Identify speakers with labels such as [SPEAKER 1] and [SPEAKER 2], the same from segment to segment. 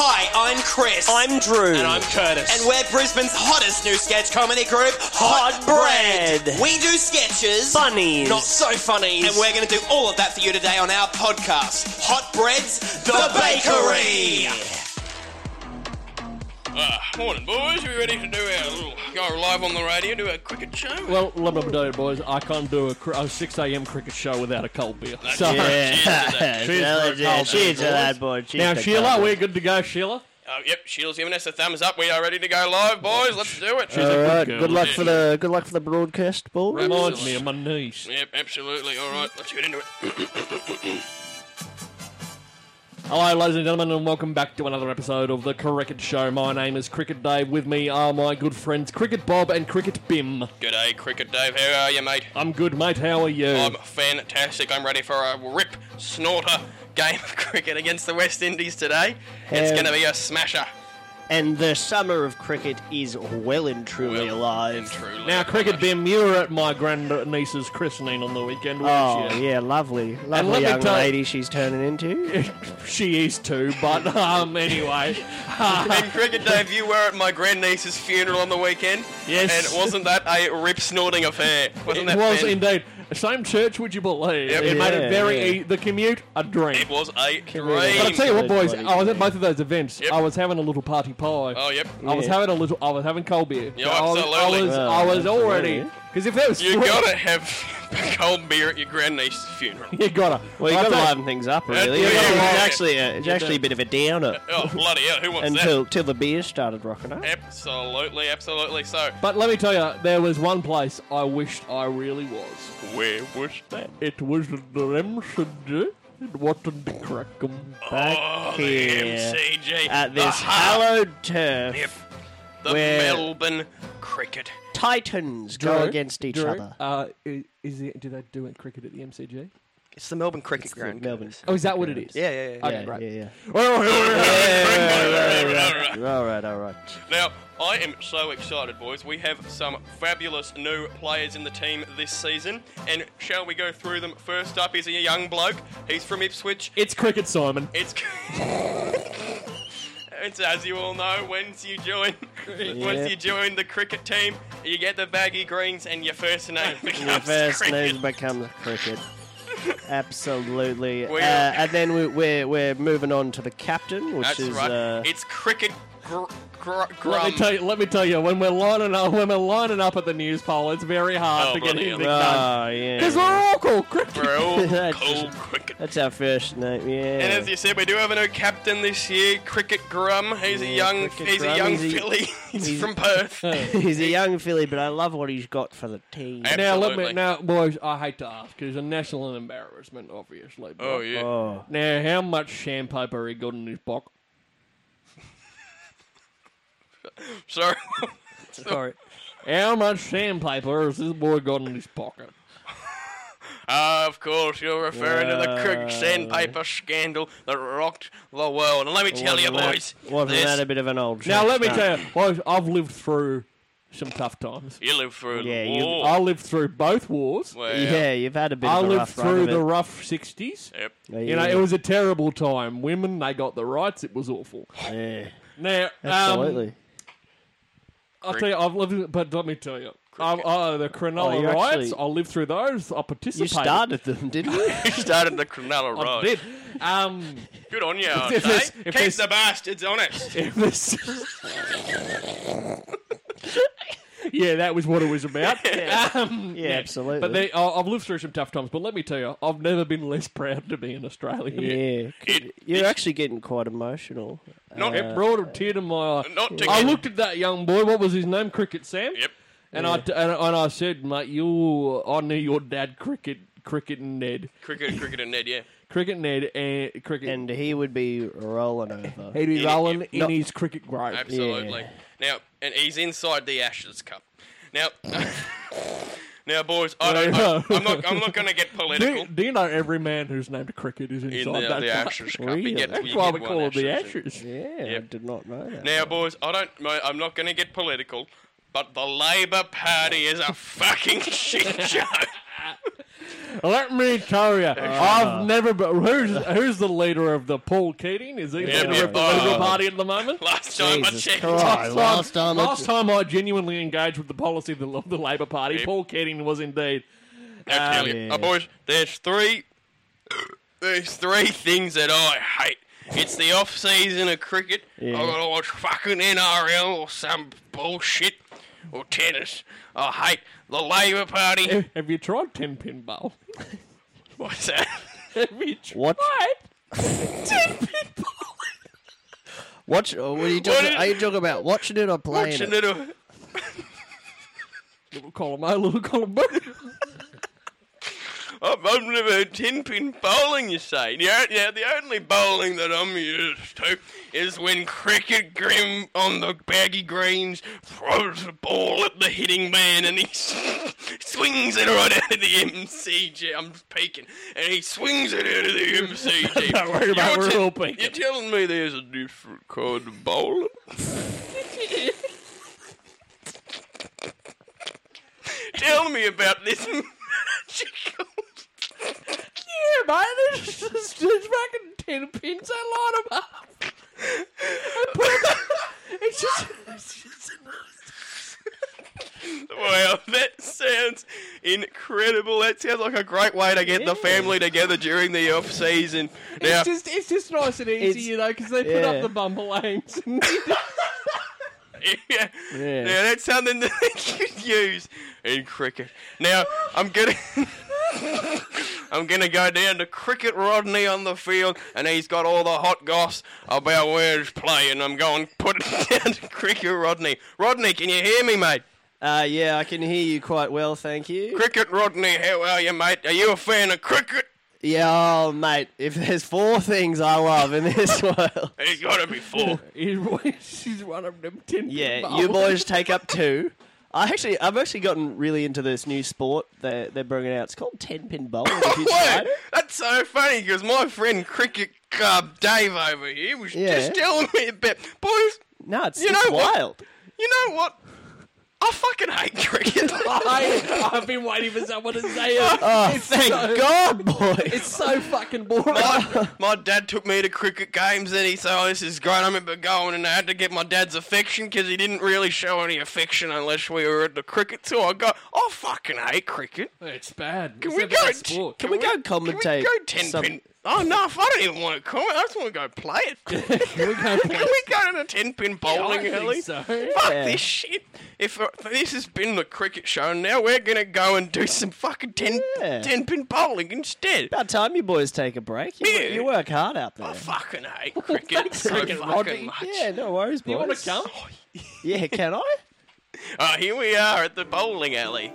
[SPEAKER 1] Hi, I'm Chris.
[SPEAKER 2] I'm Drew.
[SPEAKER 1] And I'm Curtis. And we're Brisbane's hottest new sketch comedy group,
[SPEAKER 2] Hot Bread.
[SPEAKER 1] We do sketches.
[SPEAKER 2] Funnies.
[SPEAKER 1] Not so funny. And we're going to do all of that for you today on our podcast, Hot Bread's The, Bakery.
[SPEAKER 3] Uh, morning, boys. Are we ready to do our little go live on the radio, do our cricket show?
[SPEAKER 4] Well, let me tell you, boys, I can't do a, cr- a 6 a.m. cricket show without a cold beer.
[SPEAKER 3] That's
[SPEAKER 4] So,
[SPEAKER 3] right. Cheers to that.
[SPEAKER 4] for a cold beer,
[SPEAKER 2] Cheers to
[SPEAKER 4] boys.
[SPEAKER 2] that, boy. Cheers
[SPEAKER 4] Now,
[SPEAKER 2] to
[SPEAKER 4] Sheila,
[SPEAKER 2] that.
[SPEAKER 4] we're good to go, Sheila.
[SPEAKER 3] Uh, yep, Sheila's giving us a thumbs up. We are ready to go live, boys. Let's do it.
[SPEAKER 4] a
[SPEAKER 2] All
[SPEAKER 4] good
[SPEAKER 2] right.
[SPEAKER 4] girl,
[SPEAKER 2] Good luck
[SPEAKER 3] yeah.
[SPEAKER 2] for the good luck for the broadcast, boys.
[SPEAKER 4] Reminds me of my niece.
[SPEAKER 3] Yep, absolutely. All right, let's get into it.
[SPEAKER 4] Hello, ladies and gentlemen, and welcome back to another episode of The Cricket Show. My name is Cricket Dave. With me are my good friends Cricket Bob and Cricket Bim.
[SPEAKER 3] G'day, Cricket Dave. How are you, mate?
[SPEAKER 4] I'm good, mate. How are you?
[SPEAKER 3] I'm fantastic. I'm ready for a rip snorter game of cricket against the West Indies today. It's
[SPEAKER 2] Um,
[SPEAKER 3] going to be a smasher.
[SPEAKER 2] And the summer of cricket is well and truly
[SPEAKER 3] Well
[SPEAKER 2] alive.
[SPEAKER 3] and truly.
[SPEAKER 4] now, Cricket Bim, you were at my grandniece's christening on the weekend, weren't
[SPEAKER 2] Oh
[SPEAKER 4] you?
[SPEAKER 2] yeah, lovely,
[SPEAKER 4] And let
[SPEAKER 2] lovely
[SPEAKER 4] me
[SPEAKER 2] young
[SPEAKER 4] tell-
[SPEAKER 2] lady she's turning into.
[SPEAKER 4] she is too, but um, anyway.
[SPEAKER 3] And Cricket Dave, you were at my grandniece's funeral on the weekend.
[SPEAKER 4] Yes.
[SPEAKER 3] And wasn't that a rip snorting affair? Wasn't
[SPEAKER 4] It
[SPEAKER 3] that
[SPEAKER 4] was
[SPEAKER 3] fantastic?
[SPEAKER 4] indeed. Same church, would you believe?
[SPEAKER 3] Yep.
[SPEAKER 4] It made
[SPEAKER 2] Yeah,
[SPEAKER 4] it very
[SPEAKER 2] yeah.
[SPEAKER 4] e- the commute a dream.
[SPEAKER 3] It was a
[SPEAKER 2] we-
[SPEAKER 4] But I
[SPEAKER 3] dream.
[SPEAKER 4] tell you what, boys,
[SPEAKER 2] Bloody
[SPEAKER 4] I was at
[SPEAKER 2] dream.
[SPEAKER 4] both of those events.
[SPEAKER 3] Yep.
[SPEAKER 4] I was having a little party pie.
[SPEAKER 3] Oh, yep.
[SPEAKER 4] I was
[SPEAKER 2] Yeah.
[SPEAKER 4] having a little. I was having cold beer.
[SPEAKER 3] Yeah,
[SPEAKER 4] I was, I
[SPEAKER 3] absolutely.
[SPEAKER 4] was,
[SPEAKER 2] Well,
[SPEAKER 4] I was
[SPEAKER 2] absolutely.
[SPEAKER 4] already because if there was
[SPEAKER 3] You
[SPEAKER 4] three-
[SPEAKER 3] gotta have cold beer at your grandniece's funeral.
[SPEAKER 4] you gotta.
[SPEAKER 2] Well, you
[SPEAKER 4] I
[SPEAKER 2] got to
[SPEAKER 4] tell-
[SPEAKER 2] liven things up, really.
[SPEAKER 3] yeah,
[SPEAKER 2] It's
[SPEAKER 3] yeah, yeah.
[SPEAKER 2] actually a, it's actually a bit of a downer
[SPEAKER 3] Oh, bloody hell, who wants
[SPEAKER 2] until till the beer started rocking up.
[SPEAKER 3] that? Absolutely, absolutely. So,
[SPEAKER 4] But let me tell you, there was one place I wished I really was.
[SPEAKER 3] where was that?
[SPEAKER 4] It was the MCG. It wasn't the Crackham.
[SPEAKER 3] Oh,
[SPEAKER 2] Back
[SPEAKER 3] the
[SPEAKER 2] here
[SPEAKER 3] MCG.
[SPEAKER 2] at
[SPEAKER 3] the
[SPEAKER 2] this
[SPEAKER 3] heart
[SPEAKER 2] hallowed turf.
[SPEAKER 3] of the
[SPEAKER 2] where-
[SPEAKER 3] Melbourne cricket.
[SPEAKER 2] Titans go against each other.
[SPEAKER 4] Uh, i- is it, do they do it cricket at the MCG?
[SPEAKER 3] It's the Melbourne cricket ground.
[SPEAKER 2] Melbourne.
[SPEAKER 4] Oh, is that what it is?
[SPEAKER 3] Yeah, yeah, yeah.
[SPEAKER 4] Okay,
[SPEAKER 2] Yeah,
[SPEAKER 4] great.
[SPEAKER 2] yeah, yeah. All right, all right.
[SPEAKER 3] Now, I am so excited, boys. We have some fabulous new players in the team this season, and shall we go through them? First up is a young bloke. He's from Ipswich.
[SPEAKER 4] It's cricket, Simon.
[SPEAKER 3] It's it's as you all know. Once you join, once you join the cricket team, you get the baggy greens, and your first name becomes
[SPEAKER 2] Your first
[SPEAKER 3] cricket.
[SPEAKER 2] name becomes cricket. Absolutely. Uh,
[SPEAKER 3] Well-
[SPEAKER 2] and then we, we're we're moving on to the captain, which
[SPEAKER 3] That's
[SPEAKER 2] is
[SPEAKER 3] right.
[SPEAKER 2] uh,
[SPEAKER 3] it's cricket gr- gr-
[SPEAKER 4] Let me
[SPEAKER 3] grum.
[SPEAKER 4] tell you. Let me tell you. When we're lining up, when we're lining up at the news poll, it's very hard
[SPEAKER 3] Oh,
[SPEAKER 4] to get
[SPEAKER 3] bloody
[SPEAKER 4] anything
[SPEAKER 3] hell.
[SPEAKER 4] done
[SPEAKER 2] oh yeah.
[SPEAKER 4] because we're all called cricket.
[SPEAKER 3] We're all
[SPEAKER 2] That's
[SPEAKER 3] cool
[SPEAKER 2] just-
[SPEAKER 3] cricket.
[SPEAKER 2] That's our first name. Yeah.
[SPEAKER 3] And as you said, we do have a new captain this year, Cricket Grum. He's a
[SPEAKER 2] Yeah,
[SPEAKER 3] young,
[SPEAKER 2] Cricket
[SPEAKER 3] he's
[SPEAKER 2] Grum,
[SPEAKER 3] a young
[SPEAKER 2] he's a-
[SPEAKER 3] filly. He's,
[SPEAKER 2] he's-
[SPEAKER 3] from Perth.
[SPEAKER 2] he's a young filly, but I love what he's got for the team.
[SPEAKER 3] And-
[SPEAKER 4] Now let
[SPEAKER 3] Absolutely.
[SPEAKER 4] me. Now, boys, I hate to ask because a national embarrassment, obviously. but-
[SPEAKER 3] oh yeah.
[SPEAKER 2] Oh,
[SPEAKER 4] Now, how much sandpaper he got in his box?
[SPEAKER 3] Sorry.
[SPEAKER 4] Sorry. How much sandpaper has this boy got in his pocket?
[SPEAKER 3] Ah, of course, you're referring to the Crick sandpaper scandal that rocked the world. And let me tell you,
[SPEAKER 2] wasn't that-
[SPEAKER 3] boys,
[SPEAKER 2] Wasn't
[SPEAKER 3] this-
[SPEAKER 2] that a bit of an old?
[SPEAKER 4] Now,
[SPEAKER 2] joke?
[SPEAKER 4] let me
[SPEAKER 2] No.
[SPEAKER 4] tell you, boys, I've lived through some tough times.
[SPEAKER 3] you lived through
[SPEAKER 2] Yeah,
[SPEAKER 3] the
[SPEAKER 2] you- Oh,
[SPEAKER 3] war.
[SPEAKER 4] I lived through both wars.
[SPEAKER 3] Well,
[SPEAKER 2] Yeah, you've had a bit
[SPEAKER 4] I
[SPEAKER 2] of a
[SPEAKER 4] lived
[SPEAKER 2] rough run
[SPEAKER 4] through
[SPEAKER 2] of
[SPEAKER 4] the
[SPEAKER 2] it.
[SPEAKER 4] rough 60s.
[SPEAKER 3] Yep.
[SPEAKER 2] Yeah,
[SPEAKER 4] You know,
[SPEAKER 2] yeah,
[SPEAKER 4] it was a terrible time. Women, they got the rights. It was awful.
[SPEAKER 2] yeah.
[SPEAKER 4] Now,
[SPEAKER 2] absolutely.
[SPEAKER 4] um, I'll tell you, I've lived, but let me tell you, I've,
[SPEAKER 3] Cricket.
[SPEAKER 4] uh, the Cronulla
[SPEAKER 2] Oh, you
[SPEAKER 4] riots.
[SPEAKER 2] actually-
[SPEAKER 4] I lived through those. I participated.
[SPEAKER 2] you started them, didn't you?
[SPEAKER 3] You started the Cronulla
[SPEAKER 4] I
[SPEAKER 3] Road.
[SPEAKER 4] did. Um,
[SPEAKER 3] Good on you. I
[SPEAKER 4] If
[SPEAKER 3] say.
[SPEAKER 4] this-
[SPEAKER 3] Keep
[SPEAKER 4] if this-
[SPEAKER 3] the bastards honest.
[SPEAKER 4] it was. yeah, that was what it was about. Um,
[SPEAKER 2] Yeah, absolutely.
[SPEAKER 4] But they, I- I've lived through some tough times. But let me tell you, I've never been less proud to be an Australian.
[SPEAKER 2] yeah,
[SPEAKER 3] It-
[SPEAKER 2] you're actually getting quite emotional.
[SPEAKER 3] Not
[SPEAKER 2] Uh,
[SPEAKER 4] It brought a tear to my eye.
[SPEAKER 3] Not to
[SPEAKER 4] I
[SPEAKER 3] get-
[SPEAKER 4] looked at that young boy. What was his name? Cricket Sam.
[SPEAKER 3] Yep.
[SPEAKER 4] And I t- and, and I said, mate, you, I knew your dad cricket, cricket and Ned,
[SPEAKER 3] Cricket, cricket, and Ned, yeah.
[SPEAKER 4] cricket Ned and cricket.
[SPEAKER 2] and he would be rolling over.
[SPEAKER 4] he'd be
[SPEAKER 3] Idiot.
[SPEAKER 4] rolling in
[SPEAKER 2] No.
[SPEAKER 4] his cricket grove.
[SPEAKER 3] Absolutely.
[SPEAKER 2] Yeah.
[SPEAKER 3] Now, and he's inside the Ashes Cup. Now, now, boys, I don't, I, I'm not, I'm not going to get
[SPEAKER 4] Do,
[SPEAKER 3] political.
[SPEAKER 4] do you know every man who's named cricket is
[SPEAKER 3] In
[SPEAKER 4] inside
[SPEAKER 3] the,
[SPEAKER 4] that
[SPEAKER 3] the
[SPEAKER 4] cup?
[SPEAKER 3] Ashes Cup, you
[SPEAKER 2] Really?
[SPEAKER 3] get,
[SPEAKER 4] That's
[SPEAKER 3] you
[SPEAKER 4] why
[SPEAKER 3] get
[SPEAKER 4] we
[SPEAKER 3] one
[SPEAKER 4] call it the
[SPEAKER 3] Ashes.
[SPEAKER 4] Ashes.
[SPEAKER 2] Yeah, I
[SPEAKER 3] Yep.
[SPEAKER 2] did not know that.
[SPEAKER 3] Now, boys, I don't know. I'm not going to get political, but the Labour Party is a fucking shit show.
[SPEAKER 4] Let me tell you, I've never. But who's who's the leader of the Paul Keating? Is he the
[SPEAKER 3] Yeah, yeah.
[SPEAKER 4] leader of the Liberal
[SPEAKER 3] Oh.
[SPEAKER 4] Party at the moment?
[SPEAKER 3] Last time
[SPEAKER 2] Jesus
[SPEAKER 3] I checked,
[SPEAKER 2] Christ. Right, last time-
[SPEAKER 4] last time I genuinely engaged with the policy of the, of the Labor Party,
[SPEAKER 3] Yep.
[SPEAKER 4] Paul Keating was indeed.
[SPEAKER 3] I tell
[SPEAKER 4] Um,
[SPEAKER 3] you,
[SPEAKER 2] yeah.
[SPEAKER 3] Uh, boys, there's three, there's three things that I hate. It's the off season of cricket. I gotta watch fucking NRL or some bullshit or tennis. I hate the Labour Party.
[SPEAKER 4] Have you tried ten pin bowl?
[SPEAKER 3] What's that?
[SPEAKER 4] Have you tried?
[SPEAKER 2] What? Watch. oh, What are you
[SPEAKER 3] What
[SPEAKER 2] talking?
[SPEAKER 3] is-
[SPEAKER 2] Are you talking about watching it or playing
[SPEAKER 3] Watching it.
[SPEAKER 2] it?
[SPEAKER 3] on-
[SPEAKER 4] Little column A, little column B.
[SPEAKER 3] I've, I've never heard ten pin bowling. You say? Yeah, yeah. The only bowling that I'm used to is when cricket grim on the baggy greens throws the ball at the hitting man and he swings it right out of the MCG. I'm peeking, and he swings it out of the MCG.
[SPEAKER 4] Don't worry about it,
[SPEAKER 3] You're
[SPEAKER 4] we're
[SPEAKER 3] te-
[SPEAKER 4] all peeking.
[SPEAKER 3] You're telling me there's a different kind of bowling? Tell me about this magical.
[SPEAKER 4] Yeah, mate, there's just there's fucking ten pins. I line them up. I put 'em- it's just. It's just
[SPEAKER 3] Wow, that sounds incredible. That sounds like a great way to get the family together during the off season. Now,
[SPEAKER 4] It's just it's just nice and easy,
[SPEAKER 2] It's-
[SPEAKER 4] you know, because they put
[SPEAKER 2] yeah.
[SPEAKER 4] up the bumper lanes.
[SPEAKER 3] yeah, now that's something that they could use in cricket. Now, I'm gonna. I'm gonna go down to Cricket Rodney on the field, and he's got all the hot goss about where he's playing. I'm going put it down to Cricket Rodney. Rodney, can you hear me, mate?
[SPEAKER 2] Uh, yeah, I can hear you quite well, thank you.
[SPEAKER 3] Cricket Rodney, how are you, mate? Are you a fan of cricket?
[SPEAKER 2] Yeah, oh, mate. If there's four things I love in this world,
[SPEAKER 3] There's gotta be four.
[SPEAKER 4] He's he's one of them ten.
[SPEAKER 2] yeah,
[SPEAKER 4] pin
[SPEAKER 2] you
[SPEAKER 4] bowls.
[SPEAKER 2] boys take up two. I actually, I've actually gotten really into this new sport that they're bringing out. It's called ten pin bowling. If you
[SPEAKER 3] Wait,
[SPEAKER 2] tried it.
[SPEAKER 3] that's so funny because my friend Cricket Club Dave over here was
[SPEAKER 2] Yeah.
[SPEAKER 3] just telling me about boys.
[SPEAKER 2] No, it's,
[SPEAKER 3] You
[SPEAKER 2] it's
[SPEAKER 3] know what?
[SPEAKER 2] wild.
[SPEAKER 3] You know what? I fucking hate cricket.
[SPEAKER 4] I, I've been waiting for someone to say it.
[SPEAKER 3] Oh.
[SPEAKER 4] it's
[SPEAKER 2] Thank
[SPEAKER 4] so,
[SPEAKER 2] God, boys.
[SPEAKER 4] It's so fucking boring.
[SPEAKER 3] my, my dad took me to cricket games and he said, "Oh, this is great." I remember going and I had to get my dad's affection because he didn't really show any affection unless we were at the cricket. So I go, "I fucking hate cricket."
[SPEAKER 4] It's bad.
[SPEAKER 3] Can
[SPEAKER 4] It's
[SPEAKER 3] we
[SPEAKER 4] a
[SPEAKER 3] go?
[SPEAKER 4] bad sport.
[SPEAKER 2] Can we go
[SPEAKER 3] Can we
[SPEAKER 2] commentate
[SPEAKER 3] go ten
[SPEAKER 2] some-
[SPEAKER 3] pin? Oh no, I don't even want to comment. I just want to go play it.
[SPEAKER 4] Can we
[SPEAKER 3] Can
[SPEAKER 4] go?
[SPEAKER 3] we go to the ten pin bowling
[SPEAKER 4] I
[SPEAKER 3] alley?
[SPEAKER 4] think so.
[SPEAKER 3] Fuck
[SPEAKER 2] Yeah.
[SPEAKER 3] this shit. If, uh, this has been the cricket show, now we're gonna go and do some fucking ten,
[SPEAKER 2] Yeah.
[SPEAKER 3] 10 pin bowling instead.
[SPEAKER 2] About time you boys take a break. You,
[SPEAKER 3] Yeah.
[SPEAKER 2] you work hard out there.
[SPEAKER 3] I fucking hate cricket so
[SPEAKER 4] Cricket, Rodney.
[SPEAKER 3] fucking much.
[SPEAKER 2] yeah, no worries, boys.
[SPEAKER 4] You want to come?
[SPEAKER 2] Yeah, can I?
[SPEAKER 3] Uh, oh, here we are at the bowling alley.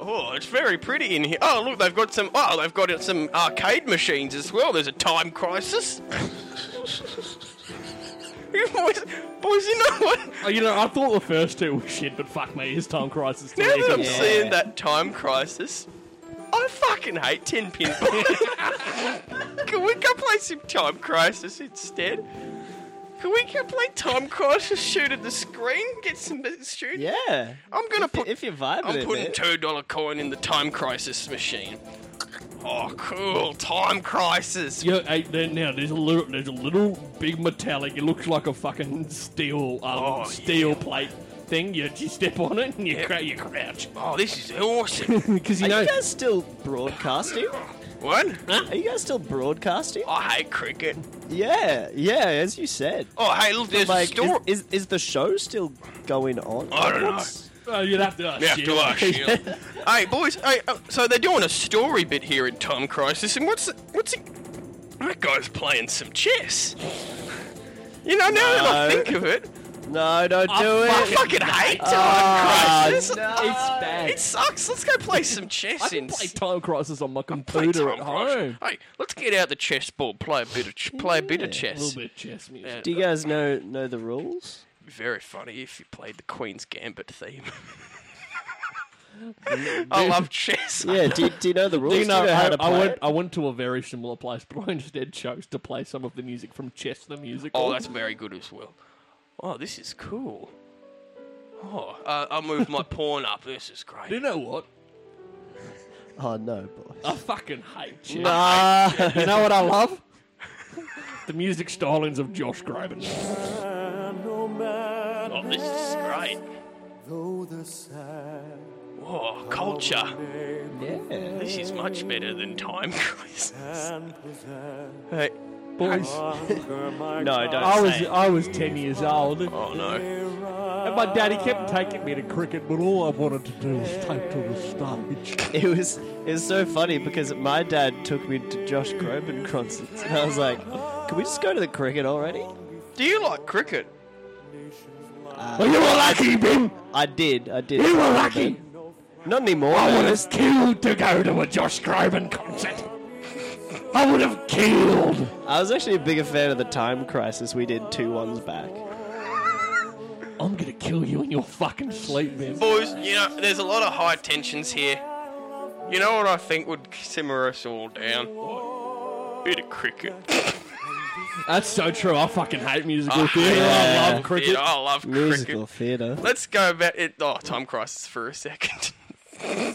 [SPEAKER 3] Oh, it's very pretty in here. Oh, look, they've got some. Oh, they've got some arcade machines as well. There's a time crisis. You boys, boys, you know what?
[SPEAKER 4] Oh, you know, I thought the first two were shit, but fuck me, it's time crisis.
[SPEAKER 3] Now that I'm
[SPEAKER 4] Yeah.
[SPEAKER 3] seeing that time crisis, I fucking hate ten pin bowling. Can we go play some time crisis instead? Can we go play time crisis? Shoot at the screen, get some shoot.
[SPEAKER 2] Yeah.
[SPEAKER 3] I'm gonna put.
[SPEAKER 2] If you're vibing
[SPEAKER 3] I'm
[SPEAKER 2] it,
[SPEAKER 3] putting
[SPEAKER 2] man.
[SPEAKER 3] two dollar coin in the time crisis machine. Oh, cool! Time crisis.
[SPEAKER 4] Yeah, hey, there, now there's a little, there's a little big metallic. It looks like a fucking steel, um,
[SPEAKER 3] Oh,
[SPEAKER 4] steel plate thing. You, you step on it and you, cra- you crouch
[SPEAKER 3] Oh, this is awesome.
[SPEAKER 4] because you
[SPEAKER 2] Are
[SPEAKER 4] know.
[SPEAKER 2] you guys still broadcasting?
[SPEAKER 3] what?
[SPEAKER 2] Are you guys still broadcasting?
[SPEAKER 3] I hate cricket.
[SPEAKER 2] Yeah, yeah, as you said.
[SPEAKER 3] Oh, hey, look, there's
[SPEAKER 2] Like,
[SPEAKER 3] a store.
[SPEAKER 2] Is, is, is the show still going on?
[SPEAKER 3] I don't know.
[SPEAKER 2] What's-
[SPEAKER 4] oh, you'd have to. Oh,
[SPEAKER 3] Yeah,
[SPEAKER 4] shit.
[SPEAKER 3] do I, Sheila? hey, boys. Hey, uh, so they're doing a story bit here in Tom Crisis, and what's what's he, that guy's playing some chess? You know, now that I
[SPEAKER 2] No.
[SPEAKER 3] think of it,
[SPEAKER 2] No, don't
[SPEAKER 4] Ah,
[SPEAKER 2] do
[SPEAKER 3] I
[SPEAKER 2] it.
[SPEAKER 3] fucking hate
[SPEAKER 2] Ah,
[SPEAKER 3] Time Crisis.
[SPEAKER 4] It's bad.
[SPEAKER 3] It sucks. Let's go play some chess.
[SPEAKER 4] I can
[SPEAKER 3] ins-
[SPEAKER 4] play Time Crisis on my
[SPEAKER 3] play
[SPEAKER 4] computer at
[SPEAKER 3] Time Crisis.
[SPEAKER 4] home.
[SPEAKER 3] Hey, let's get out the chessboard. Play a bit of ch- play a bit of
[SPEAKER 4] A
[SPEAKER 3] chess.
[SPEAKER 4] little bit of chess music.
[SPEAKER 3] Yeah.
[SPEAKER 2] Do you guys know know the rules?
[SPEAKER 3] It'd be very funny if you played the Queen's Gambit theme. I love chess.
[SPEAKER 2] Yeah, do, do you know the rules?
[SPEAKER 4] You know,
[SPEAKER 2] how
[SPEAKER 4] I,
[SPEAKER 2] to
[SPEAKER 4] I
[SPEAKER 2] play
[SPEAKER 4] went.
[SPEAKER 2] it?
[SPEAKER 4] I went to a very similar place, but I instead chose to play some of the music from Chess the Musical.
[SPEAKER 3] Oh, that's very good as well. Oh, this is cool. Oh, uh, I moved my pawn up. This is great.
[SPEAKER 4] Do you know what?
[SPEAKER 2] Oh no, boys.
[SPEAKER 4] I fucking hate chess.
[SPEAKER 2] Ah,
[SPEAKER 4] You know what I love? the music stylings of Josh Groban.
[SPEAKER 3] Oh, this is great. Whoa, Oh, culture.
[SPEAKER 2] yeah.
[SPEAKER 3] This is much better than Time Crisis. Hey,
[SPEAKER 4] Boys,
[SPEAKER 2] No, don't.
[SPEAKER 4] I was
[SPEAKER 2] say it.
[SPEAKER 4] I was ten years old, and
[SPEAKER 3] oh no.
[SPEAKER 4] my daddy kept taking me to cricket, but all I wanted to do was take to the stage.
[SPEAKER 2] It was it was so funny because my dad took me to Josh Groban concerts, and I was like, "Can we just go to the cricket already?"
[SPEAKER 3] Do you like cricket?
[SPEAKER 4] well, you were lucky, Bim.
[SPEAKER 2] I did. I did.
[SPEAKER 4] You were lucky.
[SPEAKER 2] Not anymore.
[SPEAKER 4] I would have killed to go to a Josh Groban concert. I would have killed.
[SPEAKER 2] I was actually a bigger fan of the Time Crisis we did two ones back.
[SPEAKER 4] I'm gonna kill you in your fucking sleep, man.
[SPEAKER 3] Boys, you know, there's a lot of high tensions here. You know what I think would simmer us all down? Bit of cricket.
[SPEAKER 4] That's so true. I fucking hate musical theatre. Ah, I love cricket.
[SPEAKER 3] Yeah, I love
[SPEAKER 2] Musical
[SPEAKER 3] cricket.
[SPEAKER 2] theatre.
[SPEAKER 3] Let's go back. It, oh, Time Crisis for a second.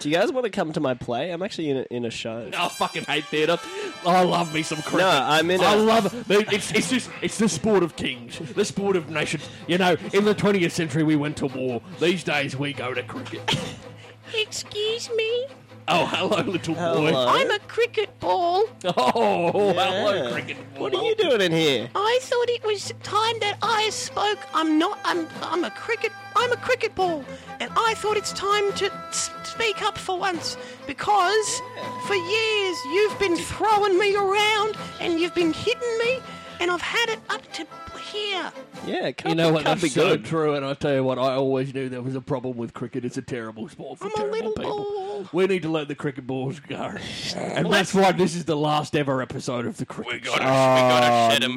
[SPEAKER 2] Do you guys want to come to my play? I'm actually in a, in a show.
[SPEAKER 4] I fucking hate theatre. I love me some cricket.
[SPEAKER 2] No, I'm in
[SPEAKER 4] I
[SPEAKER 2] a-
[SPEAKER 4] love it. It's, it's just it's the sport of kings, the sport of nations. You know, in the 20th century we went to war. These days we go to cricket.
[SPEAKER 5] Excuse me?
[SPEAKER 4] Oh, hello, little boy.
[SPEAKER 2] Hello.
[SPEAKER 5] I'm a cricket ball.
[SPEAKER 4] Oh,
[SPEAKER 2] Yeah.
[SPEAKER 4] hello, cricket.
[SPEAKER 2] What are you doing in here?
[SPEAKER 4] Oh.
[SPEAKER 5] I thought it was time that I spoke. I'm not. I'm. I'm a cricket. I'm a cricket ball, and I thought it's time to s- speak up for once because for years you've been throwing me around and you've been hitting me, and I've had it up to here.
[SPEAKER 2] Yeah, it can't
[SPEAKER 4] You know
[SPEAKER 2] be,
[SPEAKER 4] what?
[SPEAKER 2] can't
[SPEAKER 4] That's
[SPEAKER 2] be
[SPEAKER 4] so
[SPEAKER 2] good.
[SPEAKER 4] true. And I tell you what, I always knew there was a problem with cricket. It's a terrible sport for
[SPEAKER 5] I'm a
[SPEAKER 4] terrible
[SPEAKER 5] little
[SPEAKER 4] people.
[SPEAKER 5] ball.
[SPEAKER 4] We need to let the cricket balls go, and that's why this is the last ever episode of the cricket.
[SPEAKER 3] We
[SPEAKER 4] show.
[SPEAKER 3] gotta, we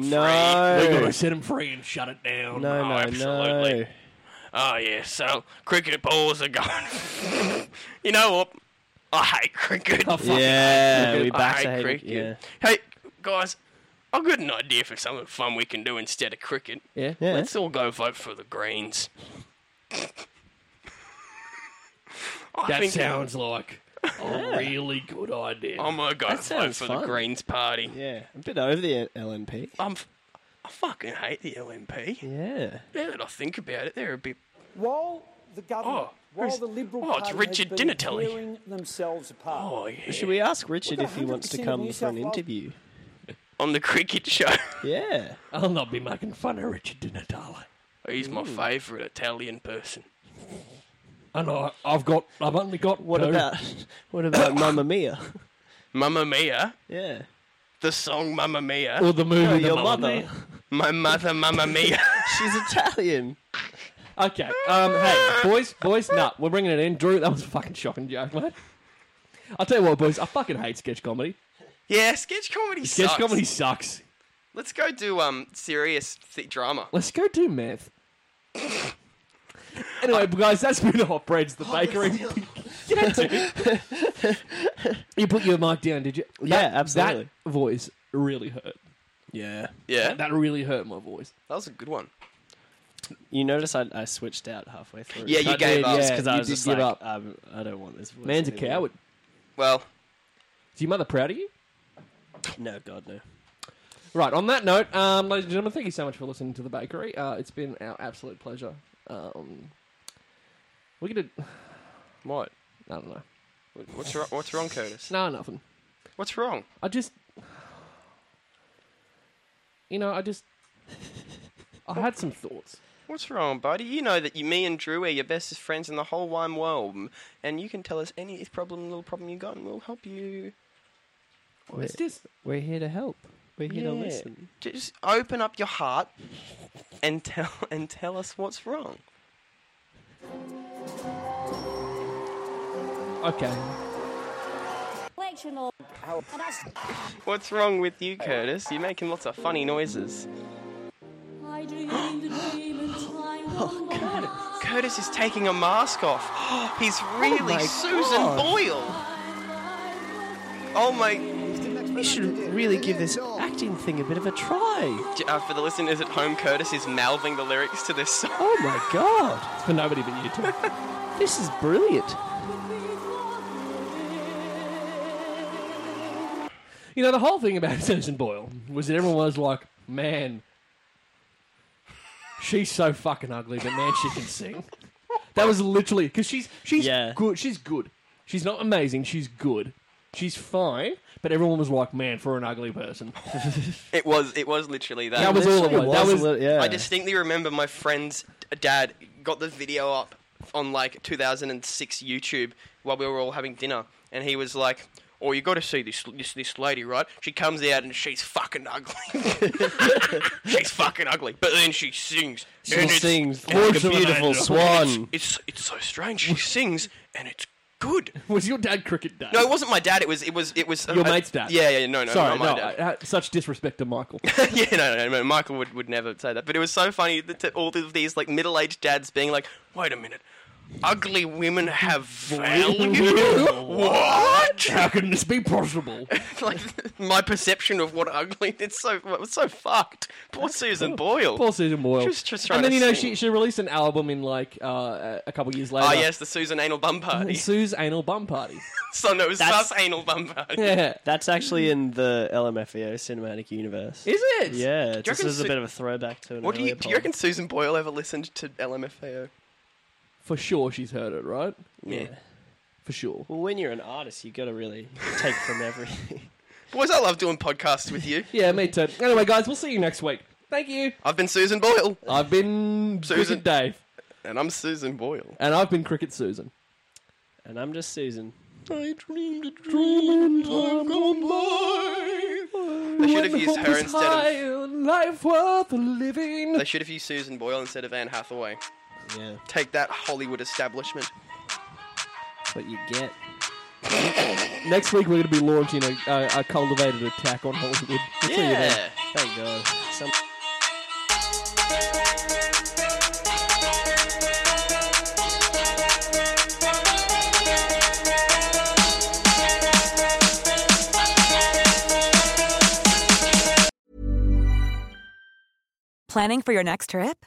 [SPEAKER 3] gotta set him free.
[SPEAKER 4] We
[SPEAKER 2] Oh, No,
[SPEAKER 4] gotta set them free and shut it down.
[SPEAKER 2] no,
[SPEAKER 3] Oh,
[SPEAKER 2] no,
[SPEAKER 3] absolutely.
[SPEAKER 2] no.
[SPEAKER 3] Oh yeah, so cricket balls are going. you know what? I hate cricket.
[SPEAKER 4] I fucking hate
[SPEAKER 2] Yeah,
[SPEAKER 4] cricket.
[SPEAKER 2] we
[SPEAKER 3] I
[SPEAKER 2] back to
[SPEAKER 3] hate
[SPEAKER 2] hate
[SPEAKER 3] cricket.
[SPEAKER 2] yeah.
[SPEAKER 3] Hey guys, I've got an idea for something fun we can do instead of cricket.
[SPEAKER 4] Yeah.
[SPEAKER 2] Yeah.
[SPEAKER 3] Let's all go vote for the Greens. I
[SPEAKER 4] That
[SPEAKER 3] think
[SPEAKER 4] sounds like a really good idea.
[SPEAKER 3] I'm gonna go vote
[SPEAKER 2] sounds
[SPEAKER 3] for
[SPEAKER 2] fun.
[SPEAKER 3] the Greens party.
[SPEAKER 2] Yeah, I'm a bit over the LNP.
[SPEAKER 3] I'm. f- I fucking hate the LNP.
[SPEAKER 2] Yeah.
[SPEAKER 3] Now that I think about it, they're a bit.
[SPEAKER 6] While the government,
[SPEAKER 3] Oh,
[SPEAKER 6] while
[SPEAKER 3] who's-
[SPEAKER 6] the Liberal
[SPEAKER 3] oh, it's
[SPEAKER 6] Party
[SPEAKER 3] Richard
[SPEAKER 6] has been
[SPEAKER 3] Dinnertelly.
[SPEAKER 6] tearing themselves apart.
[SPEAKER 3] Oh yeah.
[SPEAKER 2] Should we ask Richard
[SPEAKER 6] We've
[SPEAKER 2] if
[SPEAKER 6] got
[SPEAKER 2] he wants to
[SPEAKER 6] 100% of
[SPEAKER 2] come
[SPEAKER 6] New
[SPEAKER 2] for an
[SPEAKER 6] South Wales-
[SPEAKER 2] interview?
[SPEAKER 3] On the cricket show.
[SPEAKER 2] Yeah.
[SPEAKER 4] I'll not be making fun of Richard Di Natale.
[SPEAKER 3] He's my
[SPEAKER 6] Hmm.
[SPEAKER 3] favourite Italian person.
[SPEAKER 4] And I, I've got, I've only got
[SPEAKER 2] What
[SPEAKER 4] two.
[SPEAKER 2] about what
[SPEAKER 4] Uh,
[SPEAKER 2] about Mamma Mia?
[SPEAKER 3] Mamma Mia.
[SPEAKER 2] Yeah.
[SPEAKER 3] The song Mamma Mia.
[SPEAKER 4] or the movie The
[SPEAKER 2] Your
[SPEAKER 4] Mamma
[SPEAKER 2] mother.
[SPEAKER 4] Mia.
[SPEAKER 3] My mother, Mamma Mia.
[SPEAKER 2] She's Italian.
[SPEAKER 4] Okay. Um. Hey, boys, boys, nah, we're bringing it in. Drew, that was a fucking shocking joke, mate. I'll tell you what, boys, I fucking hate sketch comedy.
[SPEAKER 3] yeah, sketch comedy
[SPEAKER 4] Sketch
[SPEAKER 3] sucks.
[SPEAKER 4] comedy sucks.
[SPEAKER 3] Let's go do um serious th- drama.
[SPEAKER 4] Let's go do math. anyway, guys, that's been Hot Breads, the bakery. Yeah, dude. you put your mic down, did you?
[SPEAKER 2] Yeah, absolutely.
[SPEAKER 4] That voice really hurt.
[SPEAKER 2] Yeah.
[SPEAKER 3] Yeah, that
[SPEAKER 4] That really hurt my voice.
[SPEAKER 3] was a good one.
[SPEAKER 2] You notice I, I switched out halfway through.
[SPEAKER 3] Yeah, you
[SPEAKER 2] I
[SPEAKER 3] gave
[SPEAKER 2] did,
[SPEAKER 3] up.
[SPEAKER 2] Yeah, because I
[SPEAKER 4] You
[SPEAKER 2] was
[SPEAKER 4] did
[SPEAKER 2] just
[SPEAKER 4] give
[SPEAKER 2] like,
[SPEAKER 4] up.
[SPEAKER 2] Um, I don't want this. voice
[SPEAKER 4] Man's a
[SPEAKER 2] anymore.
[SPEAKER 4] coward.
[SPEAKER 3] Well,
[SPEAKER 4] Is your mother proud of you?
[SPEAKER 2] No, God, no.
[SPEAKER 4] Right, on that note, um, ladies and gentlemen, thank you so much for listening to The Bakery. Uh, it's been our absolute pleasure. Um, we're going to.
[SPEAKER 3] what?
[SPEAKER 4] I don't know.
[SPEAKER 3] What's wrong? What's wrong, Curtis?
[SPEAKER 4] No, nothing.
[SPEAKER 3] What's wrong?
[SPEAKER 4] I just, you know, I just, I had some thoughts.
[SPEAKER 3] What's wrong, buddy? You know that you, me and Drew are your bestest friends in the whole wide world, m- and you can tell us any problem, little problem you got, and we'll help you.
[SPEAKER 4] It's just
[SPEAKER 2] We're here to help. We're here to
[SPEAKER 3] Yeah.
[SPEAKER 2] listen.
[SPEAKER 3] Just open up your heart and tell and tell us what's wrong.
[SPEAKER 4] Okay.
[SPEAKER 7] election or and I, s-
[SPEAKER 3] What's wrong with you, Curtis? You're making lots of funny noises.
[SPEAKER 7] I dreamed a dream in time oh, God.
[SPEAKER 3] Curtis is taking a mask off. He's really
[SPEAKER 2] Oh my
[SPEAKER 3] Susan
[SPEAKER 2] God.
[SPEAKER 3] Boyle. Oh my!
[SPEAKER 2] You should really give this acting thing a bit of a try.
[SPEAKER 3] J- Uh, for the listeners at home, Curtis is mouthing the lyrics to this song.
[SPEAKER 2] Oh my god,
[SPEAKER 4] It's for nobody but you two.
[SPEAKER 2] this is brilliant.
[SPEAKER 4] you know, the whole thing about Susan Boyle was that everyone was like, man, she's so fucking ugly, but man, she can sing. That was literally because she's she's
[SPEAKER 2] Yeah.
[SPEAKER 4] good. She's good. She's not amazing. She's good. She's fine. But everyone was like, man, for an ugly person.
[SPEAKER 3] It was it was literally that.
[SPEAKER 4] That was all it was. That was
[SPEAKER 2] yeah.
[SPEAKER 3] I distinctly remember my friend's dad got the video up on like 2006 YouTube while we were all having dinner, and he was like, "Oh, you got to see this, this this lady, right? She comes out and she's fucking ugly. she's fucking ugly, but then she sings. She
[SPEAKER 2] sings
[SPEAKER 3] and
[SPEAKER 2] like a
[SPEAKER 3] it's-
[SPEAKER 2] beautiful
[SPEAKER 3] and it's-
[SPEAKER 2] swan.
[SPEAKER 3] It's, it's so strange. She sings and it's good.
[SPEAKER 4] was your dad cricket day?
[SPEAKER 3] No, it wasn't my dad. It was it was it was
[SPEAKER 4] Your
[SPEAKER 3] uh,
[SPEAKER 4] mate's dad.
[SPEAKER 3] Yeah, yeah, no, no,
[SPEAKER 4] Sorry,
[SPEAKER 3] not my
[SPEAKER 4] no.
[SPEAKER 3] dad.
[SPEAKER 4] I- I- such disrespect to Michael.
[SPEAKER 3] yeah, no, no, no, Michael would, would never say that. But it was so funny that to all of these like middle aged dads being like, "Wait a minute, ugly women have value." what?
[SPEAKER 4] How can this be possible?
[SPEAKER 3] like my perception of what ugly it's so it was so fucked. Poor Susan Boyle.
[SPEAKER 4] Poor Susan Boyle.
[SPEAKER 3] She was just trying
[SPEAKER 4] and then
[SPEAKER 3] to
[SPEAKER 4] you know
[SPEAKER 3] sing.
[SPEAKER 4] she she released an album in like uh, a couple years later.
[SPEAKER 3] Ah, yes, the Susan anal bum party.
[SPEAKER 4] Sue's anal bum party.
[SPEAKER 3] so no, it was
[SPEAKER 2] That's-
[SPEAKER 3] sus anal bum party.
[SPEAKER 4] Yeah.
[SPEAKER 2] That's actually in the LMFAO cinematic universe.
[SPEAKER 4] Is it?
[SPEAKER 2] yeah, just
[SPEAKER 3] reckon
[SPEAKER 2] as a
[SPEAKER 3] Su-
[SPEAKER 2] bit of a throwback to an
[SPEAKER 3] What do you
[SPEAKER 2] earlier
[SPEAKER 3] do? You reckon
[SPEAKER 2] poem.
[SPEAKER 3] Susan Boyle ever listened to LMFAO?
[SPEAKER 4] For sure she's heard it, right?
[SPEAKER 3] Yeah.
[SPEAKER 4] For sure.
[SPEAKER 2] Well, when you're an artist, you got to really take from everything.
[SPEAKER 3] Boys, I love doing podcasts with you.
[SPEAKER 4] Yeah, me too. Anyway, guys, we'll see you next week. Thank you.
[SPEAKER 3] I've been Susan Boyle,
[SPEAKER 4] I've been
[SPEAKER 3] Susan.
[SPEAKER 4] Cricket Dave.
[SPEAKER 3] and I'm Susan Boyle.
[SPEAKER 4] And I've been Cricket Susan.
[SPEAKER 2] and I'm just Susan.
[SPEAKER 3] I dreamed a dream in time gone by. They should have used her instead of.
[SPEAKER 4] life worth living.
[SPEAKER 3] They should have used Susan Boyle instead of Anne Hathaway.
[SPEAKER 2] Yeah,
[SPEAKER 3] Take that Hollywood establishment.
[SPEAKER 2] that's what you get.
[SPEAKER 4] Next week we're going to be launching a, a, a cultivated attack on Hollywood. We'll see you then.
[SPEAKER 2] Thank God. Some-
[SPEAKER 8] Planning for your next trip?